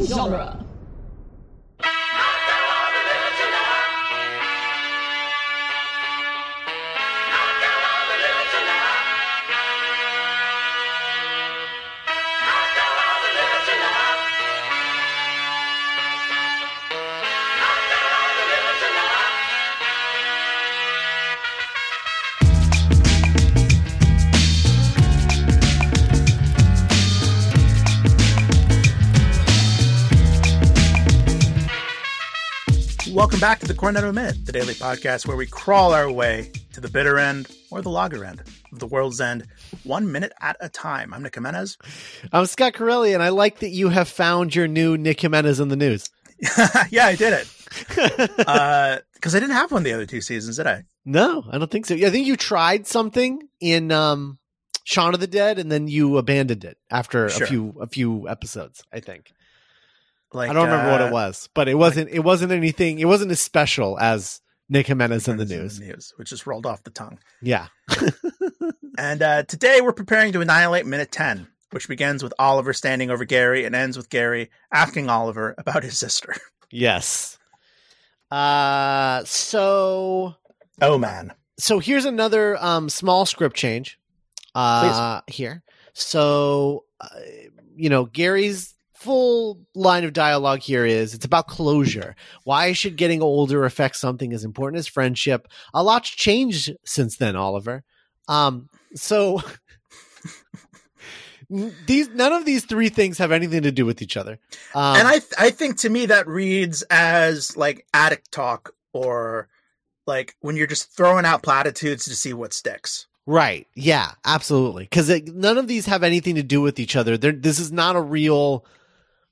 genre. Welcome back to the Cornetto Minute, the daily podcast where we crawl our way to the bitter end or the lager end of the world's end, one minute at a time. I'm Nick Jimenez. I'm Scott Corelli, and I like that you have found your new Nick Jimenez in the news. yeah, I did it. Because I didn't have one the other two seasons, did I? No, I don't think so. I think you tried something in um, Shaun of the Dead, and then you abandoned it after Sure. a few a few episodes. I think Like I don't remember what uh, it was, but it wasn't it wasn't anything. It wasn't as special as Nick Jimenez in the Jimenez news. news, which just rolled off the tongue. Yeah, And uh, today we're preparing to annihilate minute 10, which begins with Oliver standing over Gary and ends with Gary asking Oliver about his sister. yes. Uh, so Oh, man. so here's another um, small script change uh, here. So, uh, you know, Gary's full line of dialogue here is it's about closure. Why should getting older affect something as important as friendship? A lot's changed since then, Oliver. Um, so n- these none of these three things have anything to do with each other. Um, and I th- I think to me that reads as like addict talk or like when you're just throwing out platitudes to see what sticks. Right. Yeah, absolutely. Cuz none of these have anything to do with each other. They're, this is not a real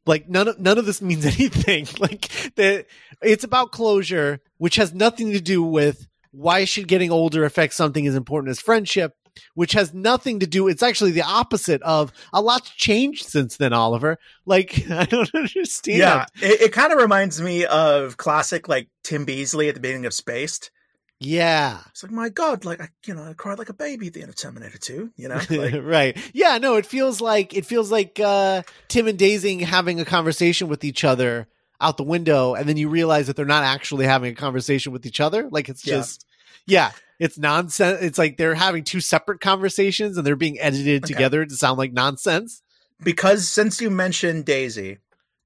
like none of none of this means anything. like the it's about closure which has nothing to do with why should getting older affect something as important as friendship, which has nothing to do it's actually the opposite of a lot's changed since then, Oliver. Like I don't understand. it, it kind of reminds me of classic like Tim Beasley at the beginning of Spaced. Yeah. It's like my God, like I you know I cried like a baby at the end of Terminator Two. You know, like, right. Yeah, no, it feels like it feels like uh Tim and Dazing having a conversation with each other out the window and then you realize that they're not actually having a conversation with each other. Like it's Yeah. just yeah, it's nonsense. It's like they're having two separate conversations and they're being edited Okay. together to sound like nonsense. because since you mentioned Daisy,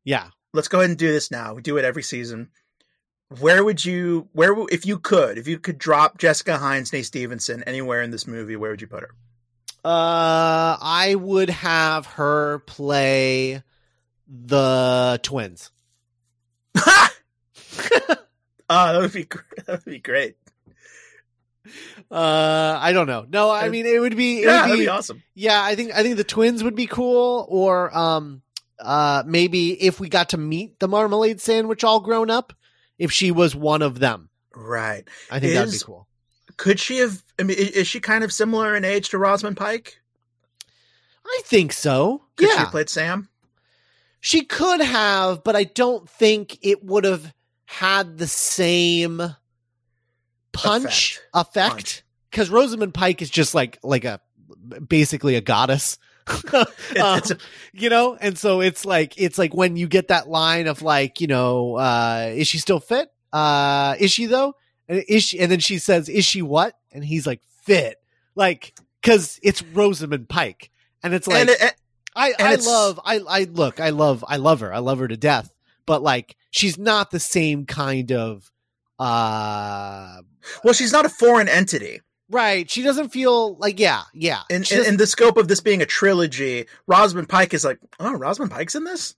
Yeah. let's go ahead and do this now. We do it every season. Where would you where w- if you could if you could drop Jessica Hines, Nate Stevenson anywhere in this movie? Where would you put her? Uh I would have her play the twins. Ah, Ah, that would be gr- that would be great. Uh I don't know. No, I Uh, mean it would be it Yeah, would that'd be be awesome. Yeah, I think I think the twins would be cool, or um, uh, maybe if we got to meet the marmalade sandwich all grown up, if she was one of them, Right? I think that'd be Is- cool. Could she have? I mean, i- is she kind of similar in age to Rosamund Pike? I think so. Could she yeah, have played Sam? she could have, but I don't think it would have had the same punch effect Punch. because Rosamund Pike is just like like a basically a goddess. It- Um, it's a, you know and so it's like it's like when you get that line of like you know uh is she still fit uh is she though and is she and then she says is she what and he's like fit like because it's rosamund pike and it's like and, it- i i it's- love i i look i love i love her i love her to death but like she's not the same kind of uh well, she's not a foreign entity right she doesn't feel like yeah yeah in, She in doesn't- in the scope of this being a trilogy. Rosamund Pike is like, oh, Rosamund Pike's in this.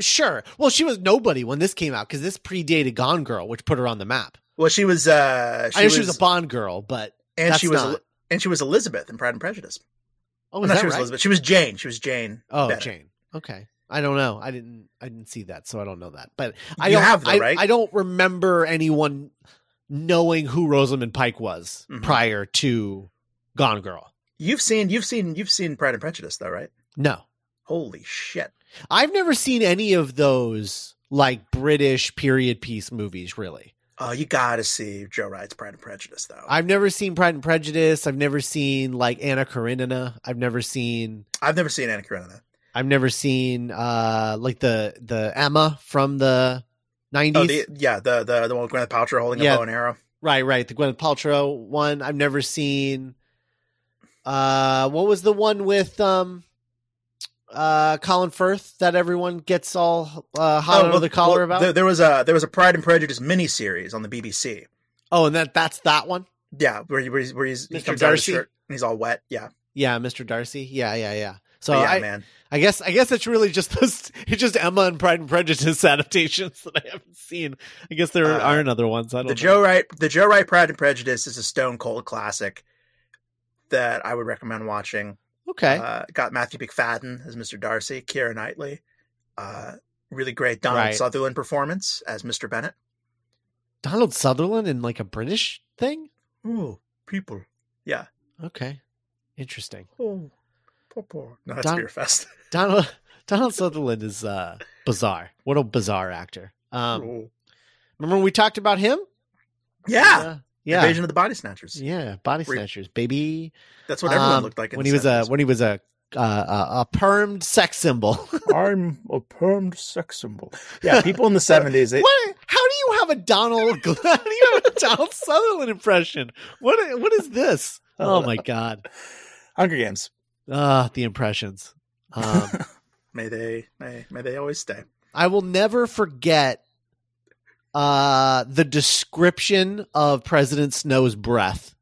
sure well she was nobody when this came out because this predated gone girl which put her on the map Well, she was. uh I know she was a Bond girl, but and she that's was, not- and she was Elizabeth in Pride and Prejudice. oh, Well, is not that she was right? Elizabeth. She was Jane. She was Jane. Oh, Better. Jane. Okay, I don't know. I didn't. I didn't see that, so I don't know that. But I You don't have though, I, right? I don't remember anyone knowing who Rosamund Pike was Mhm. prior to Gone Girl. You've seen. You've seen. You've seen Pride and Prejudice, though, right? No, Holy shit. I've never seen any of those like British period piece movies. Really, Oh, you gotta see Joe Wright's Pride and Prejudice, though. I, I've never seen Pride and Prejudice. I've never seen like Anna Karenina. I've never seen. have never seen Anna Karenina. I've never seen uh like the the Emma from the 90s. Oh, the, yeah, the the the one with Gwyneth Paltrow holding Yeah. a bow and arrow. right, right. The Gwyneth Paltrow one. I've never seen uh what was the one with um uh Colin Firth that everyone gets all uh hot Oh, under well, the collar well, about? There, there was a there was a Pride and Prejudice miniseries on the BBC. oh, and that that's that one. Yeah, where he, where he's, where he's he Mr. comes out of his Darcy? shirt and he's all wet. Yeah, Yeah, Mr. Darcy. Yeah, yeah, yeah. So But yeah, I, man. I guess I guess it's really just those it's just Emma and Pride and Prejudice adaptations that I haven't seen. I guess there Uh, aren't other ones. I don't The know. Joe Wright the Joe Wright Pride and Prejudice is a stone cold classic that I would recommend watching. Okay. Uh, got Matthew McFadden as Mr. Darcy, Keira Knightley, uh, really great Donald Right. Sutherland performance as Mr. Bennett. Donald Sutherland in like a British thing? Oh, people. Okay. Interesting. Oh, poor. No, that's Don- Beerfest. Donald Donald Sutherland is uh bizarre. What a bizarre actor. Um Oh. remember when we talked about him? yeah. Uh, yeah. Invasion of the Body Snatchers. yeah, body Re- snatchers, baby. That's what everyone Um, looked like in when the he was a 70s. when he was a uh, a, a permed sex symbol. I'm a permed sex symbol. Yeah, people in the 70s. They, What? How do you have a Donald? How do you have a Donald Sutherland impression? What? What is this? Oh my god! Hunger Games. Ah, the impressions. Um, may they may, may they always stay. I will never forget uh the description of President Snow's breath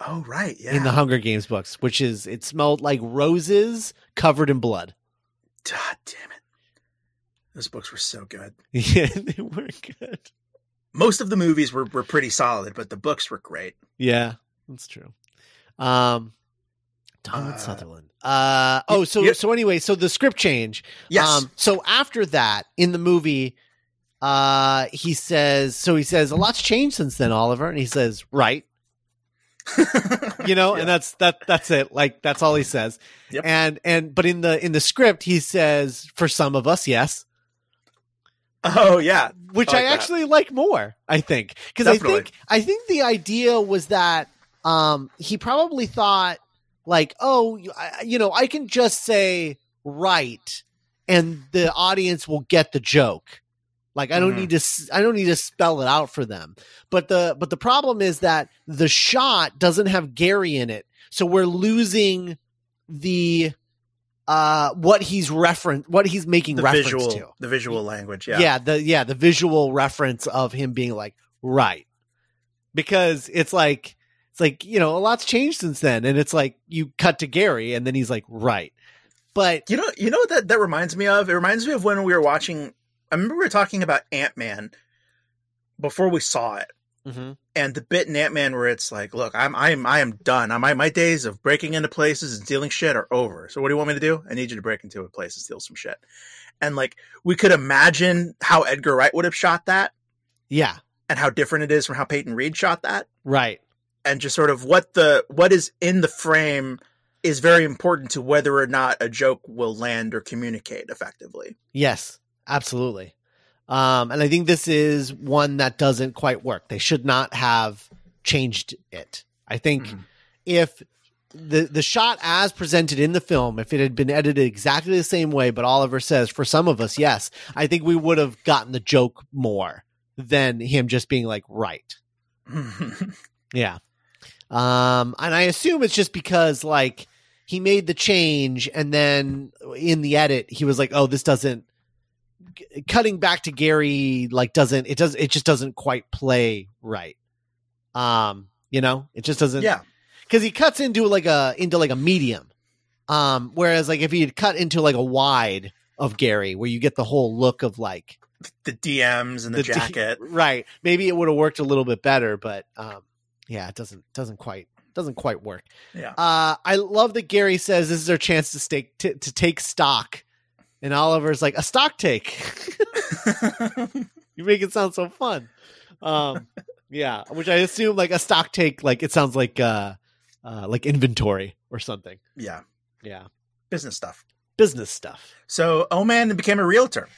Oh, right. Yeah. in the Hunger Games books, which is it smelled like roses covered in blood. God damn it. Those books were so good. Yeah, they were good. Most of the movies were, were pretty solid, but the books were great. Yeah, that's true. Um, Donald Uh, Sutherland. Uh oh, so yeah. so anyway, so the script change. Um, Yes. so after that, in the movie, uh, he says, so he says, a lot's changed since then, Oliver, and he says, right, you know, Yeah. and that's that that's it. Like that's all he says. Yep. And and but in the in the script, he says, for some of us, yes, oh, yeah. which I like I that. actually like more. I think because I Definitely. think I think the idea was that um, he probably thought like, oh, you- I- you know, I can just say right, and the audience will get the joke. Like I don't Mhm. need to s- I don't need to spell it out for them. But the but the problem is that the shot doesn't have Gary in it, so we're losing the uh what he's reference what he's making The reference visual, to the visual language. yeah. Yeah. the yeah the visual reference of him being like right because it's like it's like you know a lot's changed since then and it's like you cut to gary and then he's like right but You know, you know what that that reminds me of. It reminds me of when we were watching. I remember we were talking about Ant Man before we saw it, and the bit in Ant Man where it's like, "Look, I'm I'm I am done. I'm, my my days of breaking into places and stealing shit are over. So what do you want me to do? I need you to break into a place and steal some shit." And like we could imagine how Edgar Wright would have shot that, yeah and how different it is from how Peyton Reed shot that. right and just sort of what the what is in the frame is very important to whether or not a joke will land or communicate effectively. yes absolutely um and i think this is one that doesn't quite work they should not have changed it i think Mhm. if the the shot as presented in the film, if it had been edited exactly the same way, but Oliver says for some of us, yes, I think we would have gotten the joke more than him just being like right. Yeah. Um, and I assume it's just because like he made the change, and then in the edit, he was like, "Oh, this doesn't." c- Cutting back to Gary, like doesn't it does it just doesn't quite play right. Um, you know, it just doesn't yeah, because he cuts into like a into like a medium um whereas like if he had cut into like a wide of gary where you get the whole look of like the DMs and the, d- jacket. right maybe it would have worked a little bit better but um yeah it doesn't doesn't quite doesn't quite work yeah, uh i love that gary says this is our chance to stake t- to take stock and oliver's like a stock take you make it sound so fun um yeah which i assume like a stock take like it sounds like uh uh like inventory or something yeah, yeah business stuff. business stuff. So Oman became a realtor.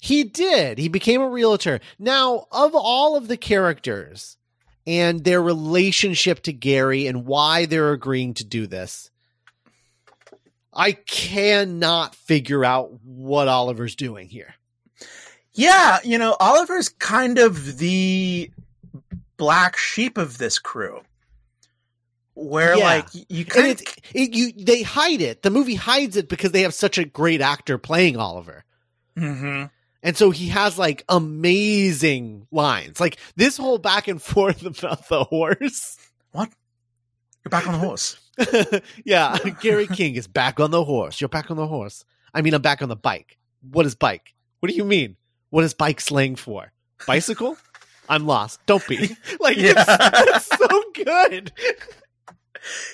He did. He became a realtor. Now, of all of the characters and their relationship to Gary and why they're agreeing to do this, I cannot figure out what Oliver's doing here. Yeah, you know, Oliver's kind of the black sheep of this crew. Where Yeah. like you And kind it's of it, you they hide it. The movie hides it because they have such a great actor playing Oliver. hmm And so he has like amazing lines. Like this whole back and forth about the horse. you're back on the horse. yeah, Gary King is back on the horse. You're back on the horse. I mean, I'm back on the bike. What is bike? What do you mean? What is bike slang for? Bicycle? I'm lost. Don't be. Like, it's, it's so good.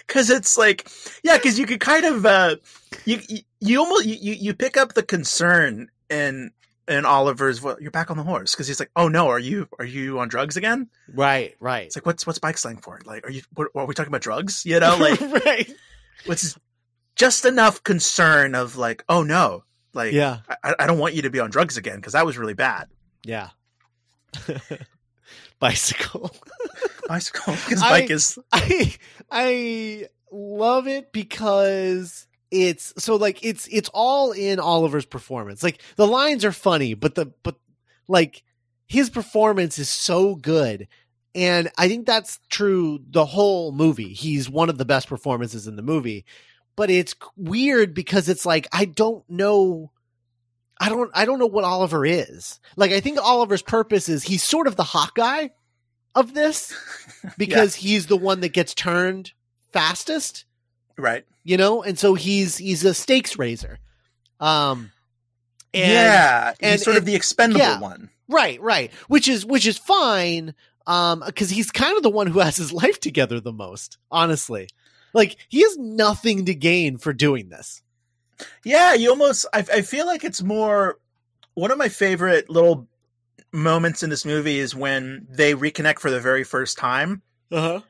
because it's like yeah because you could kind of uh you you, you almost you, you you pick up the concern in in oliver's well you're back on the horse because he's like oh no are you are you on drugs again Right, right. it's like what's what's bike slang for like are you what, what, are we talking about drugs you know like right. what's just enough concern of like oh no like Yeah, I- I, I don't want you to be on drugs again because that was really bad yeah. Bicycle. bicycle because I- bike is I I love it because it's so like it's it's all in Oliver's performance. Like the lines are funny, but the but like his performance is so good. And I think that's true the whole movie. He's one of the best performances in the movie. But it's weird because it's like I don't know I don't I don't know what Oliver is. Like I think Oliver's purpose is he's sort of the Hawkeye of this because he's the one that gets turned fastest, right you know, and so he's he's a stakes raiser. Um, and- yeah and- he's sort of and- the expendable yeah. one right, right, which is which is fine, um, because he's kind of the one who has his life together the most, honestly. Like he has nothing to gain for doing this. Yeah, you almost. I, I feel like it's more. One of my favorite little moments in this movie is when they reconnect for the very first time, Uh-huh.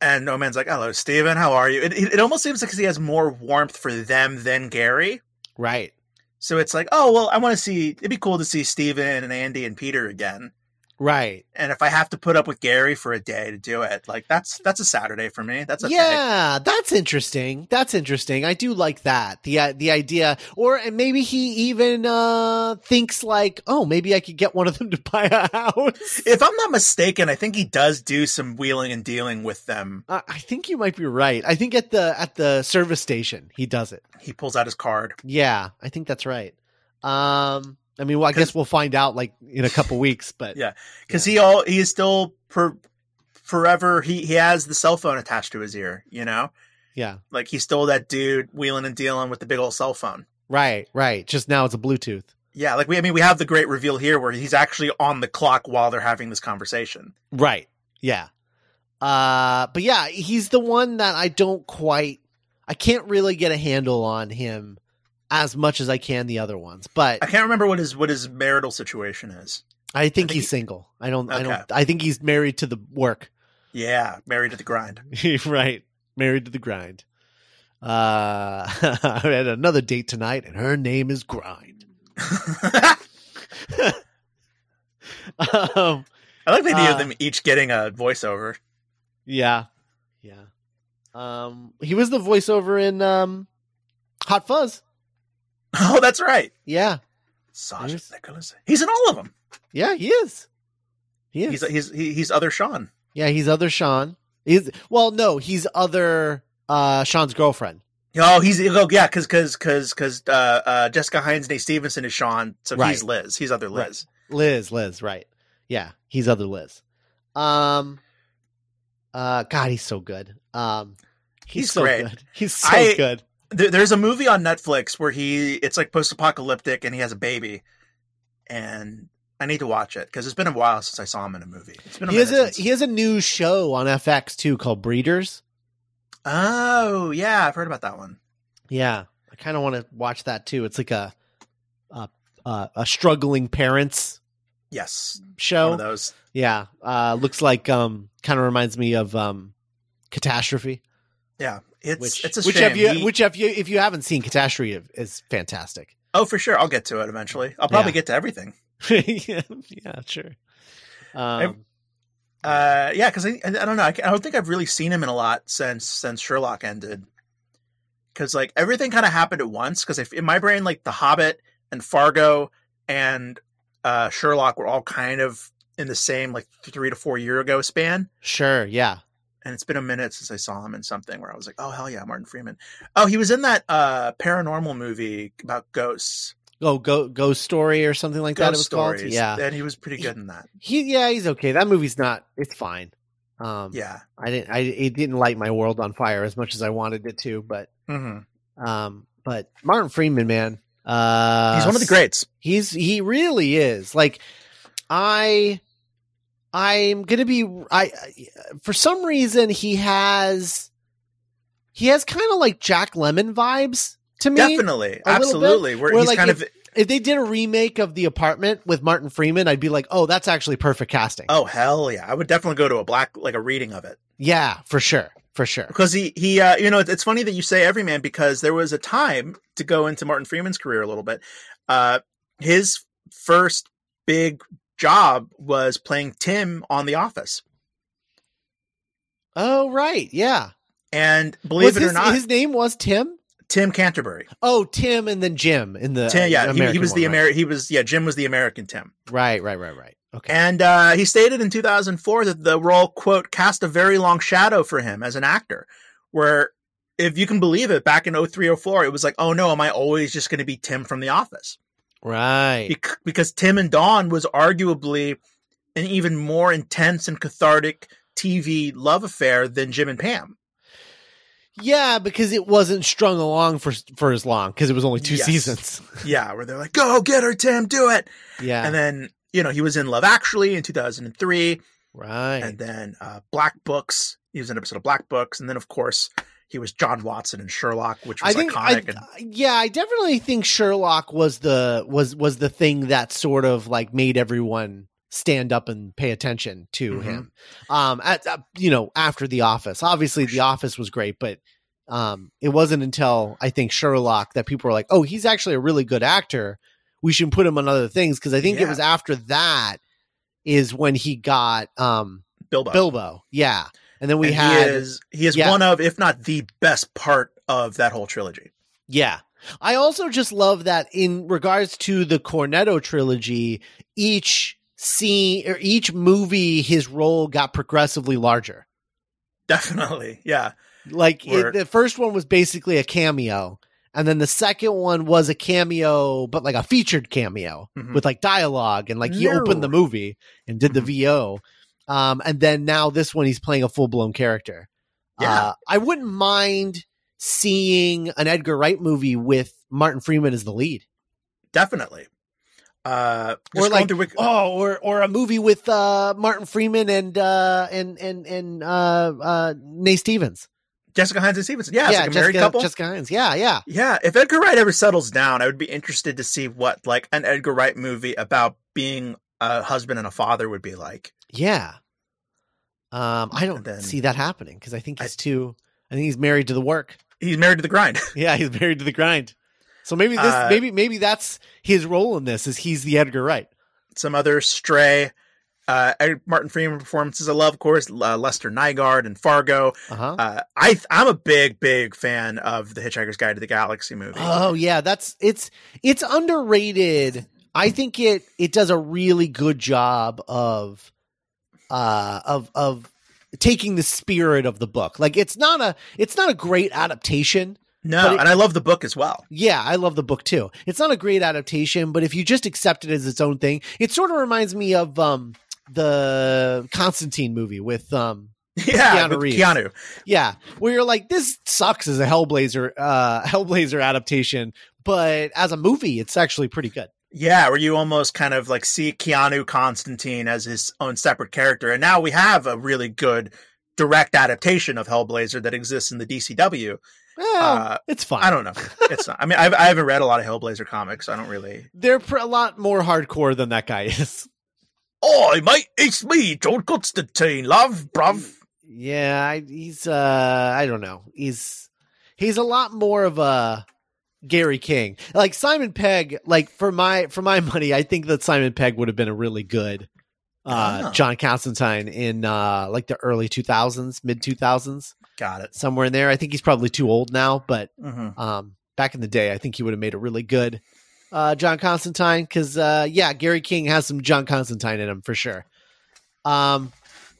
and No Man's like, "Hello, Steven, how are you?" It, it, it almost seems like he has more warmth for them than Gary. Right, So it's like, oh well, I want to see. It'd be cool to see Steven and Andy and Peter again. right. And if I have to put up with Gary for a day to do it, like that's that's a Saturday for me. That's okay. yeah, that's interesting. That's interesting. I do like that. The uh, the idea or and maybe he even uh thinks like, "Oh, maybe I could get one of them to buy a house." If I'm not mistaken, I think he does do some wheeling and dealing with them. I I think you might be right. I think at the at the service station he does it. He pulls out his card. Yeah, I think that's right. Um, I mean, well, I guess we'll find out like in a couple weeks, but Yeah. because he all he is still per, forever he he has the cell phone attached to his ear you know yeah, like he's still that dude wheeling and dealing with the big old cell phone right, right. Just now it's a Bluetooth. yeah like we i mean we have the great reveal here where he's actually on the clock while they're having this conversation Right. Yeah. Uh but yeah, he's the one that I don't quite I can't really get a handle on him as much as I can the other ones. But i can't remember what his what his marital situation is I think think he's he- single. I don't I Okay. don't I think he's married to the work. yeah married to the grind right. Married to the grind. Uh I had another date tonight and her name is Grind. i um like the idea Uh, of them each getting a voiceover yeah. Yeah. Um he was the voiceover in um Hot Fuzz. oh that's right Yeah. Sergeant There's- Nicholas. He's in all of them. Yeah, he is. He is. He's he's he- he's other Sean. yeah, he's other Sean. He's well, no, he's other uh Sean's girlfriend. Oh, he's oh yeah, because because because because uh, uh, Jessica Hines Stevenson is Sean, so Right. he's Liz. He's other Right. Liz. Liz, Liz, right. Yeah, he's other Liz. Um uh God, he's so good. Um he's, He's so great. good. He's so I- good. There, there's a movie on Netflix where he it's like post apocalyptic and he has a baby, and I need to watch it because it's been a while since I saw him in a movie. It's been a He has a minute. he Since... has a new show on FX too called Breeders. Oh yeah, I've heard about that one. Yeah. I kind of want to watch that too. It's like a a uh, a struggling parents Yes, one show. of those. Yeah. Uh looks like um kind of reminds me of um Catastrophe. Yeah, it's Which it's a which shame. if you He- which if you if you haven't seen Catastrophe it- is fantastic. Oh, for sure, I'll get to it eventually. I'll probably Yeah. get to everything. yeah, yeah, sure. Um, Uh, yeah, because I, I I don't know. I, can't- I don't think I've really seen him in a lot since since Sherlock ended. because like everything kind of happened at once. Because in my brain, like The Hobbit and Fargo and uh, Sherlock were all kind of in the same like three to four year ago span. Sure. Yeah. And it's been a minute since I saw him in something where I was like, "Oh hell yeah, Martin Freeman!" Oh, he was in that uh, paranormal movie about ghosts, Oh, go ghost story or something like that. It ghost was stories. called. Yeah. and he was pretty good in that. He. Yeah. He's okay. That movie's not. It's fine. Um. Yeah. I didn't. I. It didn't light my world on fire as much as I wanted it to. But. hmm Um. But Martin Freeman, man. Uh. He's one of the greats. He's he really is. Like I I'm going to be I for some reason he has he has kind of like Jack Lemon vibes to me. Definitely, a little bit, absolutely. Where, where, he's like, kind of If they did a remake of The Apartment with Martin Freeman, I'd be like, "Oh, that's actually perfect casting." oh hell yeah, I would definitely go to a black like a reading of it. Yeah, for sure. For sure. because he he uh, you know it's, it's funny that you say everyman because there was a time to go into Martin Freeman's career a little bit. Uh, his first big job was playing Tim on The Office, Oh, right. Yeah. and believe Was it his, or not, his name was Tim? Tim Canterbury. Oh, Tim and then Jim in the Tim, yeah, he, he Uh, American was the one, right? Ameri- He was yeah, Jim was the American Tim, Right, right, right, right. Okay. and uh, he stated in 2004 that the role quote cast a very long shadow for him as an actor, where. If you can believe it, back in 03, 04, it was like, oh no, am I always just going to be Tim from The Office? right. Bec- because Tim and Dawn was arguably an even more intense and cathartic TV love affair than Jim and Pam. Yeah, because it wasn't strung along for for as long because it was only two Yes. seasons. Yeah, where they're like, "Go get her, Tim, do it," Yeah, and then you know he was in Love Actually in 2003, right. and then uh, Black Books. He was in an episode of Black Books, and then of course he was John Watson in Sherlock, which I was think, I, iconic. and yeah, I definitely think Sherlock was the was was the thing that sort of like made everyone stand up and pay attention to Mhm. him. Um, at, uh, you know, after The Office, obviously The Office was great, but um, it wasn't until I think Sherlock that people were like, "Oh, he's actually a really good actor. We should put him on other things." Because I think it Yeah. was after that is when he got um Bilbo. Bilbo. Yeah. And then we And had he is he is yeah. one of, if not the best part of that whole trilogy. yeah. I also just love that in regards to the Cornetto trilogy, each scene or each movie his role got progressively larger. Definitely, yeah. Like it, Word. the first one was basically a cameo, and then the second one was a cameo but like a featured cameo Mhm. with like dialogue and like he opened the No. movie and did the Mhm. VO. Um and then now this one he's playing a full-blown character. Yeah. Uh, I wouldn't mind seeing an Edgar Wright movie with Martin Freeman as the lead. definitely. Uh, Or just going like- through Wiki- Oh, or or a movie with uh Martin Freeman and uh and and and uh uh Nay Stevens. Jessica Hines and Stevenson. Yeah, it's like a Jessica, married couple. Jessica Hines. Yeah, yeah. yeah, if Edgar Wright ever settles down, I would be interested to see what like an Edgar Wright movie about being a husband and a father would be like. Yeah. Um, I don't And then- see that happening because I think I- he's too. I think he's married to the work. He's married to the grind. Yeah, he's married to the grind. So maybe this, Uh, maybe maybe that's his role in this. Is he's the Edgar Wright? Some other stray uh, Ed- Martin Freeman performances. I love, of course, uh, Lester Nygaard and Fargo. Uh huh. Uh, I I'm a big big fan of the Hitchhiker's Guide to the Galaxy movie. Oh yeah, that's it's it's underrated. I think it it does a really good job of uh of of taking the spirit of the book. Like it's not a it's not a great adaptation. but no, it- and I love the book as well. Yeah, I love the book too. It's not a great adaptation, but if you just accept it as its own thing, it sort of reminds me of um the Constantine movie with um Yeah, Keanu with Reeves. Keanu. yeah, where you're like this sucks as a Hellblazer uh Hellblazer adaptation, but as a movie it's actually pretty good. Yeah, where you almost kind of like see Keanu Constantine as his own separate character. And now we have a really good direct adaptation of Hellblazer that exists in the DCW. Well, Uh, it's fine. I don't know. It's not, I mean, I've, I haven't read a lot of Hellblazer comics. So I don't really. They're pr- a lot more hardcore than that guy is. Oh, mate, it's me, John Constantine. Love, bruv. yeah, I, he's uh, I don't know. He's he's a lot more of a Gary King, like Simon Pegg. Like for my for my money, I think that Simon Pegg would have been a really good uh Ah. John Constantine in uh like the early two thousands, mid two thousands. Got it. somewhere in there. I think he's probably too old now, but Mm-hmm. um, back in the day, I think he would have made a really good uh, John Constantine because, uh, yeah, Gary King has some John Constantine in him for sure. Um,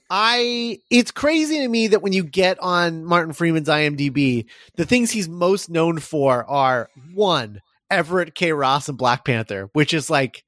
I it's crazy to me that when you get on Martin Freeman's IMDb, the things he's most known for are one Everett K. Ross and Black Panther, which is like.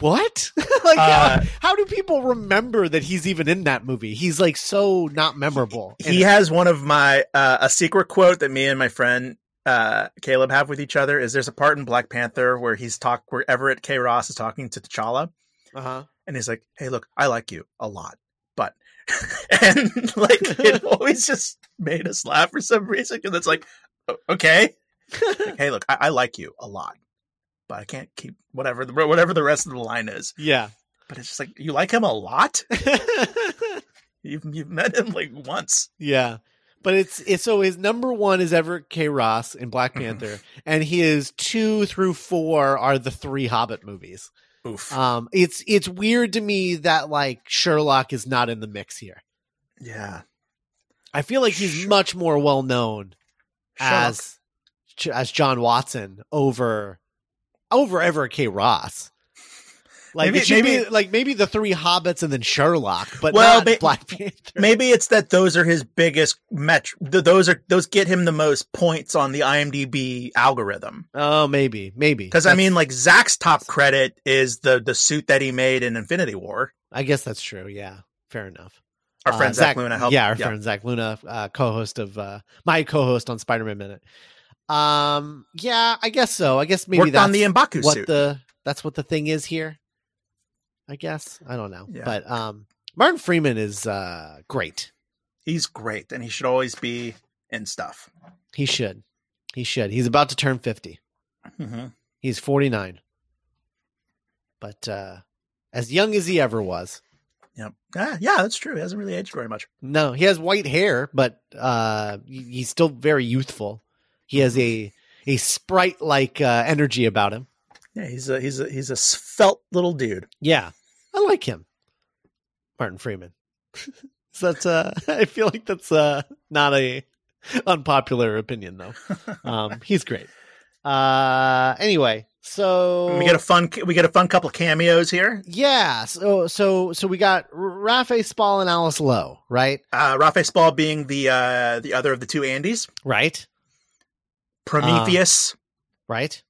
What? like, Uh, how, how do people remember that he's even in that movie? He's like so not memorable. And he has one of my uh, a secret quote that me and my friend uh, Caleb have with each other is there's a part in Black Panther where he's talk where Everett K. Ross is talking to T'Challa uh-huh. and he's like, "Hey, look, I like you a lot, but," and like it always just made us laugh for some reason because it's like, "O- okay, Like, hey, look, I-, I like you a lot, but I can't keep whatever the whatever the rest of the line is. yeah. But it's just like you like him a lot. You've you've met him like once. Yeah. But it's, it's so his number one is Everett K. Ross in Black Mhm. Panther, and his two through four are the three Hobbit movies. Oof. Um, it's it's weird to me that like Sherlock is not in the mix here. yeah. I feel like he's Sure. much more well known Sherlock. as as John Watson over over Everett K. Ross. Like Maybe- it should maybe- be like maybe the three Hobbits and then Sherlock, but Well, not may- Black Panther. Maybe it's that those are his biggest match. th- Those are those get him the most points on the IMDb algorithm. oh, maybe, maybe Because I That's- mean, like Zach's top credit is the the suit that he made in Infinity War. I guess that's true. Yeah, fair enough. Our Uh, friend Zach, Luna helped. Yeah, our friend Zach Luna, uh, co-host of uh, my co-host on Spider Man Minute. Um, yeah, I guess so. I guess maybe worked that's on the Mbaku what suit. the that's what the thing is here. I guess I don't know, Yeah. but um, Martin Freeman is uh, great. He's great, and he should always be in stuff. He should, he should. He's about to turn fifty. Mm-hmm. He's forty nine, but uh, as young as he ever was. Yep. Yeah, yeah, that's true. He hasn't really aged very much. No, he has white hair, but uh, he- he's still very youthful. He has a a sprite like uh, energy about him. Yeah, he's a he's a he's a svelte little dude. Yeah, I like him, Martin Freeman. so that's uh, I feel like that's uh, not a unpopular opinion though. Um, he's great. Uh, anyway, so We get a fun we get a fun couple cameos here. yeah, so so so we got R- Rafe Spall and Alice Lowe, right? Uh, Rafe Spall being the uh, the other of the two Andes, Right. Prometheus. Ah. right?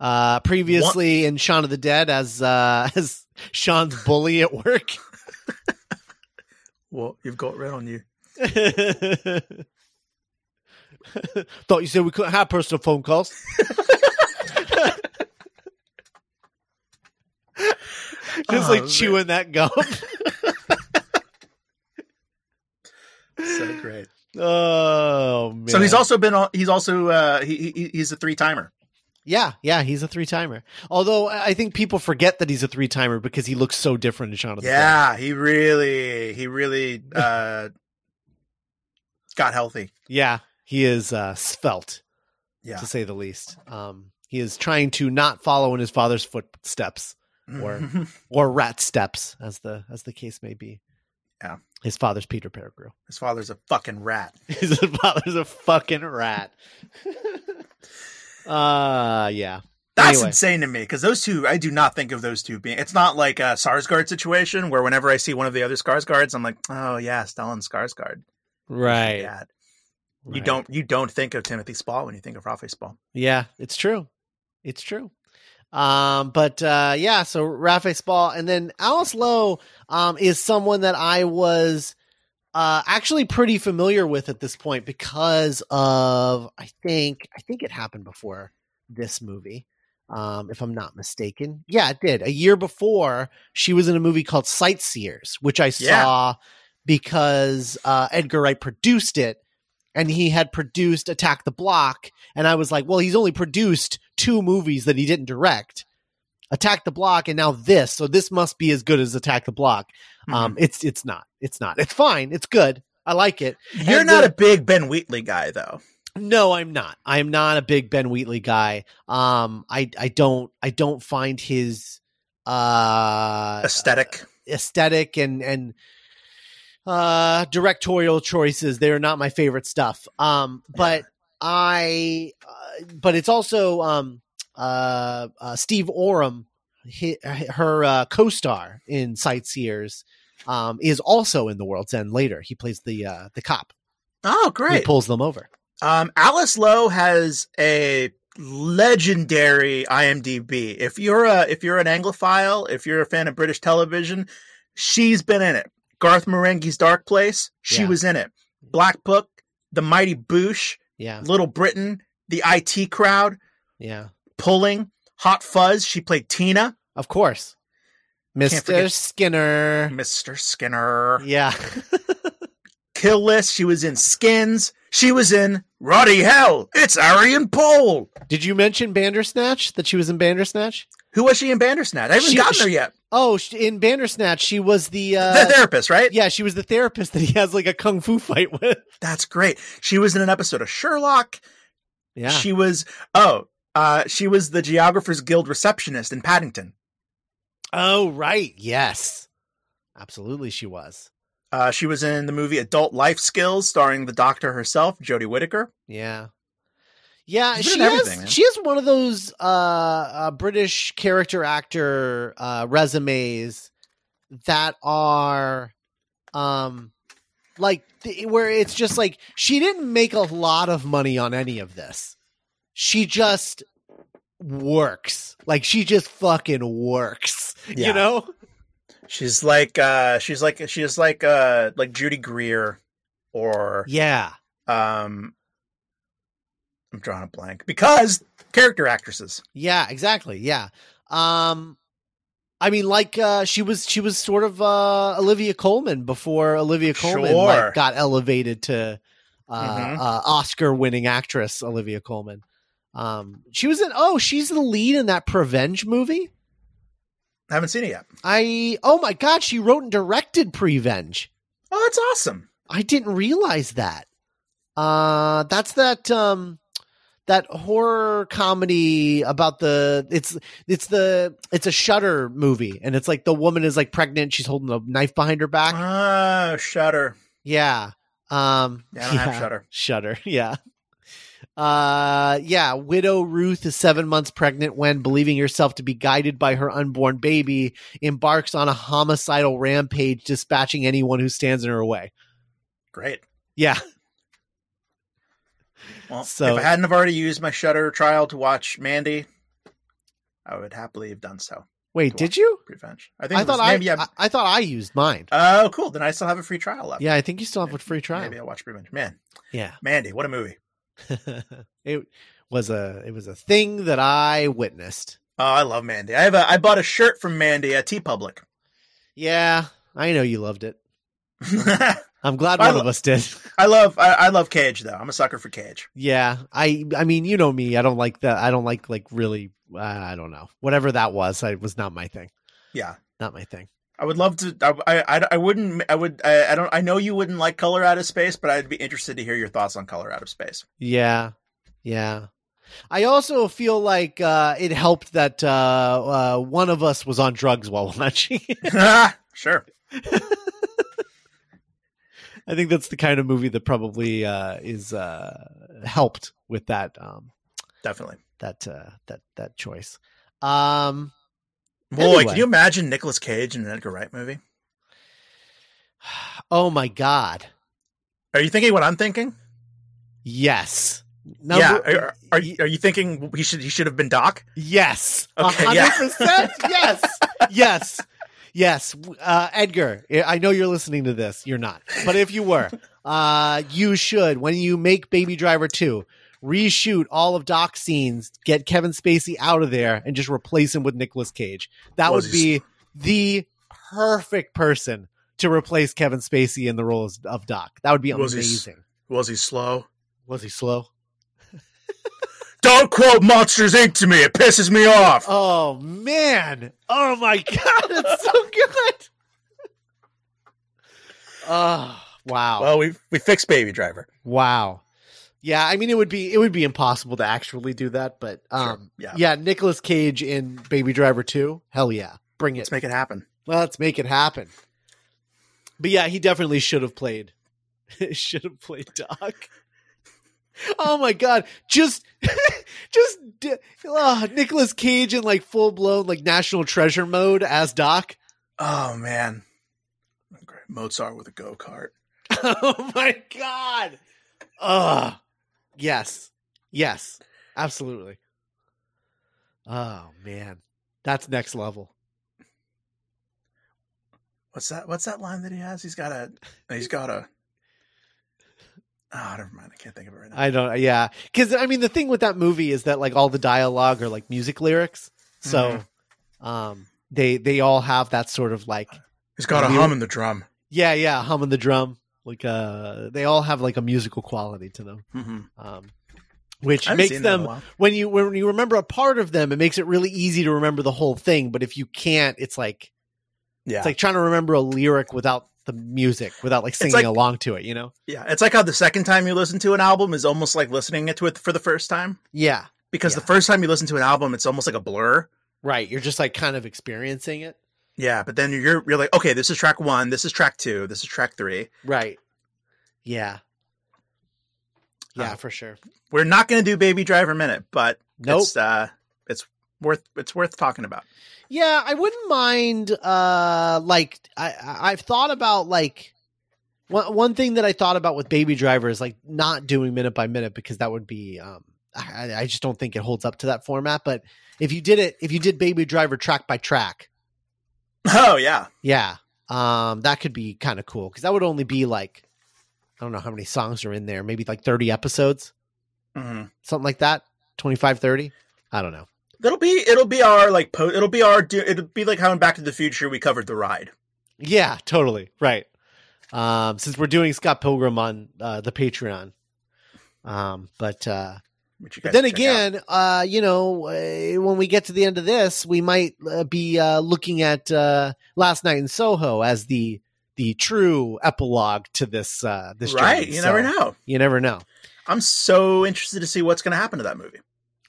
Uh, previously in Shaun of the Dead as uh, as Sean's bully at work. Well, you've got red on you. Thought you said we couldn't have personal phone calls. Just Oh, like man. chewing that gum. So great. Oh man! So he's also been on. He's also uh, he, he he's a three timer. yeah, yeah. He's a three timer. Although I I think people forget that he's a three timer because he looks so different in Shaun of the Dead. Yeah, he really he really uh, got healthy. Yeah, he is uh, svelte, Yeah, to say the least. Um, he is trying to not follow in his father's footsteps Mm-hmm. or- or rat steps, as the as the case may be. Yeah. his father's Peter Pettigrew. his father's a fucking rat. His father's a fucking rat. uh yeah, That's Anyway. insane to me because those two, I do not think of those two being. It's not like a Sarsgaard situation where whenever I see one of the other Skarsgards, I'm like, oh yeah, Stellan Skarsgård. right. Yeah, you don't you don't think of Timothy Spall when you think of Rafe Spall. Yeah, it's true. It's true. Um, but uh, yeah, so Rafe Spall and then Alice Lowe um, is someone that I was uh, actually pretty familiar with at this point because of I think I think it happened before this movie, um, if I'm not mistaken. Yeah, it did. A year before, she was in a movie called Sightseers, which I Yeah. saw because uh, Edgar Wright produced it and he had produced Attack the Block. And I was like, well, he's only produced two movies that he didn't direct Attack the Block and now this. So this must be as good as Attack the Block. Um, it's, it's not. It's not. It's fine. It's good. I like it. You're and not the- a big Ben Wheatley guy though. No, I'm not. I'm not a big Ben Wheatley guy. Um, I, I don't, I don't find his, uh, Aesthetic. aesthetic and and uh directorial choices they are not my favorite stuff um but i uh, but it's also um uh, uh steve oram hi- her uh, co-star in sightseers um is also in the world's end later he plays the uh the cop Oh, who great. pulls them over Um, Alice Lowe has a legendary IMDb. If you're a if you're an Anglophile, if you're a fan of British television, she's been in it. Garth Marenghi's Dark Place, she Yeah. was in it. Black Book, The Mighty Boosh, yeah Little Britain, The IT Crowd, yeah Pulling, Hot Fuzz, she played Tina, of course Can't forget- mr skinner Mr. Skinner, yeah Kill List, she was in Skins, she was in Roddy Hell, it's Arian Pole. did you mention bandersnatch that she was in bandersnatch Who was she in Bandersnatch? I haven't She- gotten she- there yet. oh sh- in bandersnatch she was the uh the therapist, right? yeah she was the therapist that he has like a kung fu fight with That's great. She was in an episode of Sherlock. yeah She was oh, uh, she was the Geographers Guild receptionist in Paddington. Oh, right. Yes. Absolutely, she was. Uh, she was in the movie Adult Life Skills, starring the Doctor herself, Jodie Whittaker. Yeah. Yeah, She's she been in has, everything, man. she has one of those uh, uh, British character actor uh, resumes that are um, like th- where it's just like she didn't make a lot of money on any of this. She just works. Like she just fucking works. Yeah. You know? She's like uh, she's like she's like uh, like Judy Greer, or Yeah. um, I'm drawing a blank because character actresses. Yeah, exactly. Yeah. Um I mean like uh she was she was sort of uh Olivia Coleman before Olivia Coleman Sure. like got elevated to uh, Mhm. uh Oscar winning actress Olivia Coleman. Um she was in oh, she's the lead in that Prevenge movie. I haven't seen it yet. I oh my god, she wrote and directed Prevenge. Oh, that's awesome. I didn't realize that. Uh that's that um that horror comedy about the it's it's the it's a shutter movie and it's like the woman is like pregnant she's holding a knife behind her back Oh, Shutter. yeah um Yeah, I don't have Shutter. Shudder, yeah uh yeah widow ruth is seven months pregnant when believing herself to be guided by her unborn baby embarks on a homicidal rampage dispatching anyone who stands in her way Great. yeah Well, So- if I hadn't have already used my Shutter trial to watch Mandy, I would happily have done so. wait Cool. did you Revenge. I think I it was thought I, maybe I'm- I I thought I used mine. oh, cool. Then I still have a free trial left. yeah, I think you still have a free trial. Maybe I'll watch Revenge. Man, Yeah, Mandy, what a movie. it was a it was a thing that I witnessed. Oh, I love Mandy. I have a. I bought a shirt from Mandy at T Public. Yeah, I know you loved it. I I'm glad I one lo- of us did. love. I, I love Cage though. I'm a sucker for Cage. yeah, I I mean you know me. I don't like that. I don't like like really. Uh, I don't know. Whatever that was, I was not my thing. Yeah, Not my thing. I would love to. I I, I- I wouldn't. I would. I, I don't. I know you wouldn't like Color Out of Space, but I'd be interested to hear your thoughts on Color Out of Space. Yeah, yeah. I also feel like uh, it helped that uh, uh, one of us was on drugs while watching. it. sure. I think that's the kind of movie that probably uh, is uh, helped with that um, Definitely. that uh, that that choice. Um, Boy, Anyway. can you imagine Nicolas Cage in an Edgar Wright movie? oh my god, Are you thinking what I'm thinking? yes, yeah. Are, are, you- are you thinking he should he should have been Doc? yes, a Okay, hundred yeah. percent, yes, yes, yes. Uh, Edgar, I know you're listening to this. You're not, but if you were, uh, you should when you make Baby Driver two. Reshoot all of Doc's scenes, get Kevin Spacey out of there, and just replace him with Nicolas Cage. That Was would he- be the perfect person to replace Kevin Spacey in the role as- of Doc. That would be Was he s- amazing. Was he slow? Was he slow? Don't quote Monsters Inc. to me. It pisses me off. Oh man! Oh my god! It's so good. Oh wow! Well, we we fixed Baby Driver. wow. Yeah, I mean it would be it would be impossible to actually do that, but um, Sure, yeah. yeah, Nicolas Cage in Baby Driver two, hell yeah, bring it! Let's make it happen. Let's make it happen. But yeah, he definitely should have played. should have played Doc. Oh my god! Just, just oh, Nicholas Cage in like full blown like National Treasure mode as Doc. Oh man, Mozart with a go kart. oh my god! Ugh. Yes, yes, absolutely. Oh man, that's next level. What's that? What's that line that he has? He's got a. He's got a. Oh, never mind. I can't think of it right now. I don't. Yeah, because I mean, the thing with that movie is that like all the dialogue are like music lyrics, so mm-hmm. um, they they all have that sort of like. He's got a hum in the drum. Yeah, yeah, hum in the drum. Like uh, they all have like a musical quality to them, mm-hmm. um, which makes them when you when you remember a part of them, it makes it really easy to remember the whole thing. But if you can't, it's like. Yeah. It's like trying to remember a lyric without the music without like singing like, along to it, you know? Yeah. It's like how the second time you listen to an album is almost like listening to it for the first time. Yeah. Because yeah. the first time you listen to an album, it's almost like a blur. Right. You're just like kind of experiencing it. Yeah. But then you're, you're like, okay, this is track one. This is track two. This is track three. Right. Yeah. Yeah, uh, for sure. We're not going to do Baby Driver Minute, but nope. it's, uh, it's worth, it's worth talking about. Yeah, I wouldn't mind. Uh, like I, I've thought about like one one thing that I thought about with Baby Driver is like not doing minute by minute because that would be. Um, I, I just don't think it holds up to that format. But if you did it, if you did Baby Driver track by track, oh yeah, yeah, um, that could be kind of cool because that would only be like I don't know how many songs are in there, maybe like thirty episodes, mm-hmm. something like that, 25, 30. I don't know. It'll be it'll be our like po- it'll be our it'll be like how in Back to the Future we covered the ride. Yeah, totally right. Um, since we're doing Scott Pilgrim on uh, the Patreon, um, but, uh, but then again, uh, you know, uh, when we get to the end of this, we might uh, be looking at uh, Last Night in Soho as the the true epilogue to this uh, this right. Journey. You so, never know. You never know. I'm so interested to see what's going to happen to that movie.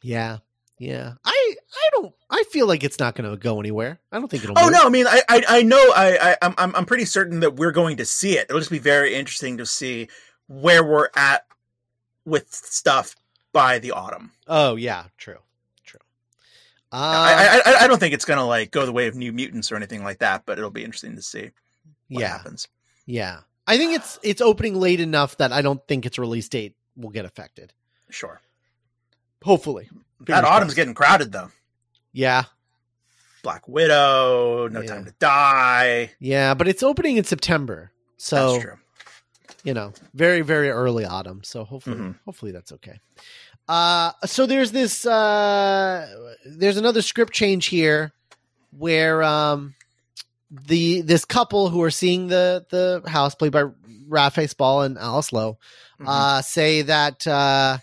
Yeah, yeah, I I don't I feel like it's not going to go anywhere. I don't think it'll. Oh move. no, I mean I I, I know I, I I'm I'm pretty certain that we're going to see it. It'll just be very interesting to see where we're at with stuff by the autumn. Oh yeah, true, true. Um, Uh, I, I I don't think it's going to like go the way of New Mutants or anything like that, but it'll be interesting to see what yeah. happens. Yeah, I think it's it's opening late enough that I don't think its release date will get affected. Sure. Hopefully. Fingers that autumn's crossed. getting crowded though. Yeah. Black Widow, No yeah. Time to Die. Yeah, but it's opening in September. So You know, very very early autumn, so hopefully mm-hmm. hopefully that's okay. Uh so there's this uh there's another script change here where um the this couple who are seeing the the house played by Rafe Spall and Alice Lowe mm-hmm. uh say that uh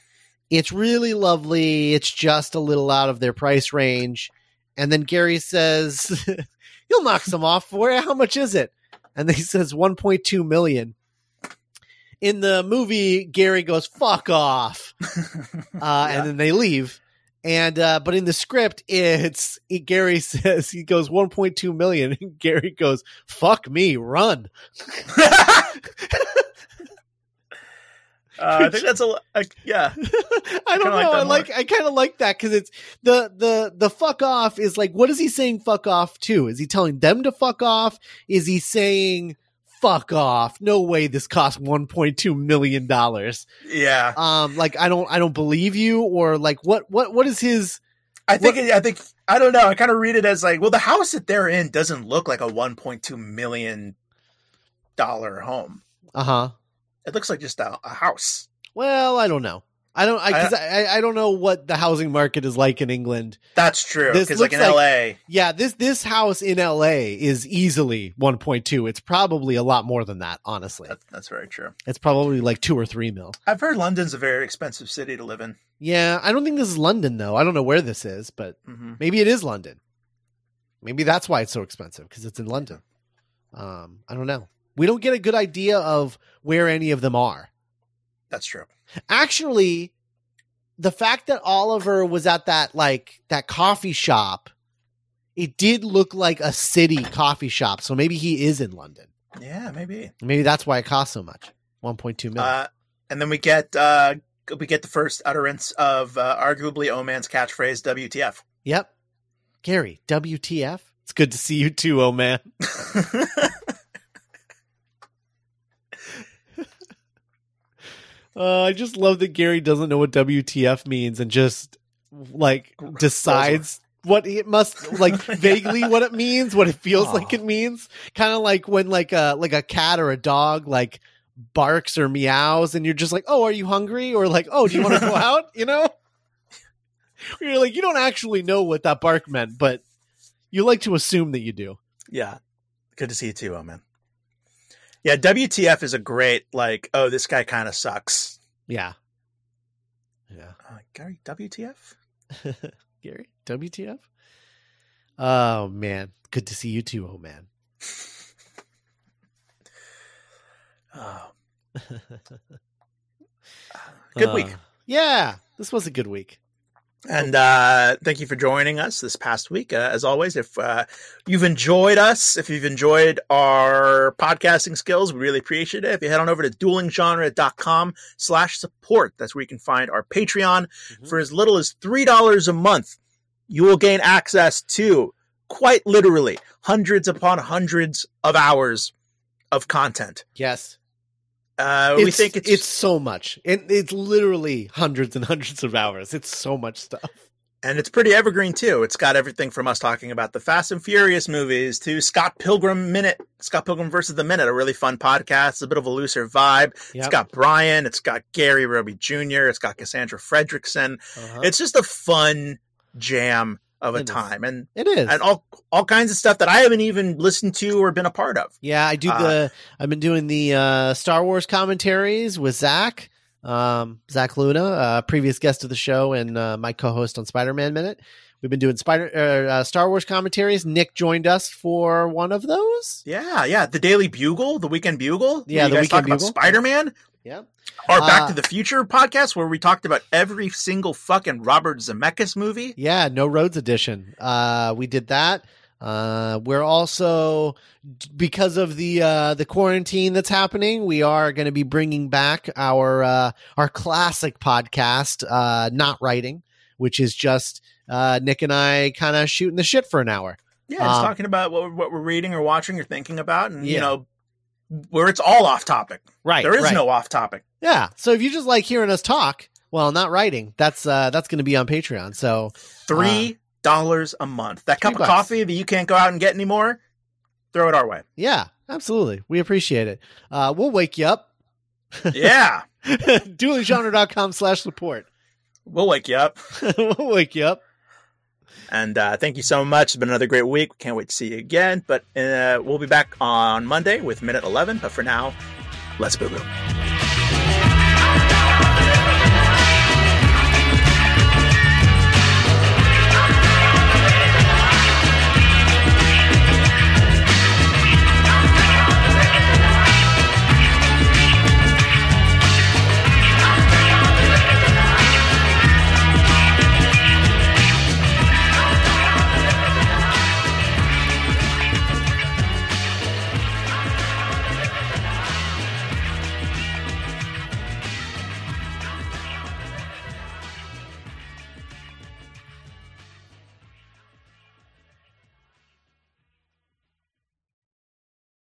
it's really lovely. It's just a little out of their price range. And then Gary says, You'll knock some off for you. How much is it? And he says, 1.2 million. In the movie, Gary goes, Fuck off. Uh, yeah. And then they leave. And, uh, but in the script, it's it, Gary says, He goes, 1.2 million. And Gary goes, Fuck me, run. Uh, I think that's a, a yeah. I don't I know. Like I like. More. I kind of like that because it's the the the fuck off is like. What is he saying? Fuck off to? Is he telling them to fuck off? Is he saying fuck off? No way. This cost one point two million dollars. Yeah. Um. Like I don't. I don't believe you. Or like what? What? What is his? I think. What, I think. I don't know. I kind of read it as like, well, the house that they're in doesn't look like a one point two million dollar home. Uh huh. It looks like just a, a, house. Well, I don't know. I don't. I, cause I, I, I don't know what the housing market is like in England. That's true. Because like in like, L.A., yeah this this house in L.A. is easily 1.2. It's probably a lot more than that. Honestly, that, that's very true. It's probably like two or three mil. I've heard London's a very expensive city to live in. Yeah, I don't think this is London though. I don't know where this is, but mm-hmm. maybe it is London. Maybe that's why it's so expensive because it's in London. Um, I don't know we don't get a good idea of where any of them are. That's true. Actually, the fact that Oliver was at that like that coffee shop, it did look like a city coffee shop. So maybe he is in London. Yeah, maybe. Maybe that's why it costs so much. 1.2 million. Uh, and then we get uh, we get the first utterance of uh, arguably Oman's catchphrase "WTF." yep. Gary, WTF? It's good to see you too, oh man. Uh, I just love that Gary doesn't know what WTF means and just like decides what it must like vaguely what it means, what it feels Aw. like it means. Kind of like when like a like a cat or a dog like barks or meows and you're just like, "Oh, are you hungry?" or like, "Oh, do you want to go out?" you know? You're like, you don't actually know what that bark meant, but you like to assume that you do. yeah, good to see you too, Oman. Yeah, WTF is a great like. Oh, this guy kind of sucks. Yeah. Yeah. Uh, Gary, WTF? Gary, WTF? Oh man, good to see you too. Oh man, Oh, good Uh, week. Yeah, this was a good week. And uh, thank you for joining us this past week. Uh, as always, if uh, you've enjoyed us, if you've enjoyed our podcasting skills, we really appreciate it. If you head on over to duelinggenre.com slash support, that's where you can find our Patreon. Mhm. For as little as $3 a month, you will gain access to quite literally hundreds upon hundreds of hours of content. Yes, Uh, we think it's, it's so much, and it's literally hundreds and hundreds of hours. It's so much stuff. And it's pretty evergreen too. It's got everything from us talking about the Fast and Furious movies to Scott Pilgrim Minute, Scott Pilgrim versus the Minute, a really fun podcast. It's a bit of a looser vibe. It's Yep. got Brian. It's got Gary Roby Jr. It's got Cassandra Fredrickson. Uh-huh. It's just a fun jam of a It is. time, and It is. and all all kinds of stuff that I haven't even listened to or been a part of. yeah, I do uh, the. I've been doing the uh, Star Wars commentaries with Zach, um, Zach Luna, uh, previous guest of the show, and uh, my co-host on Spider Man Minute. We've been doing Spider uh, uh, Star Wars commentaries. Nick joined us for one of those. Yeah, yeah. The Daily Bugle, the Weekend Bugle. where Yeah, you the guys Weekend talk about Bugle. Spider Man. Yeah. Our Back Uh, to the Future podcast, where we talked about every single fucking Robert Zemeckis movie. Yeah, no roads edition. Uh, we did that. Uh, we're also because of the uh, the quarantine that's happening, we are going to be bringing back our uh, our classic podcast, uh, not writing, which is just uh, Nick and I kind of shooting the shit for an hour. Yeah, it's Um, talking about what, we're- what we're reading or watching or thinking about, and you Yeah. know, where it's all off topic. Right, Uh, There is no off topic. yeah. So if you just like hearing us talk, well, not writing, that's uh, that's going to be on Patreon. So Three dollars a month. That cup Three of bucks. coffee that you can't go out and get anymore, throw it our way. yeah, absolutely, we appreciate it. Uh, we'll wake you up. yeah, DuelingGenre.com slash support. we'll wake you up. we'll wake you up. And uh, thank you so much. It's been another great week. Can't wait to see you again. But uh, we'll be back on Monday with minute eleven. But for now, let's boo boo.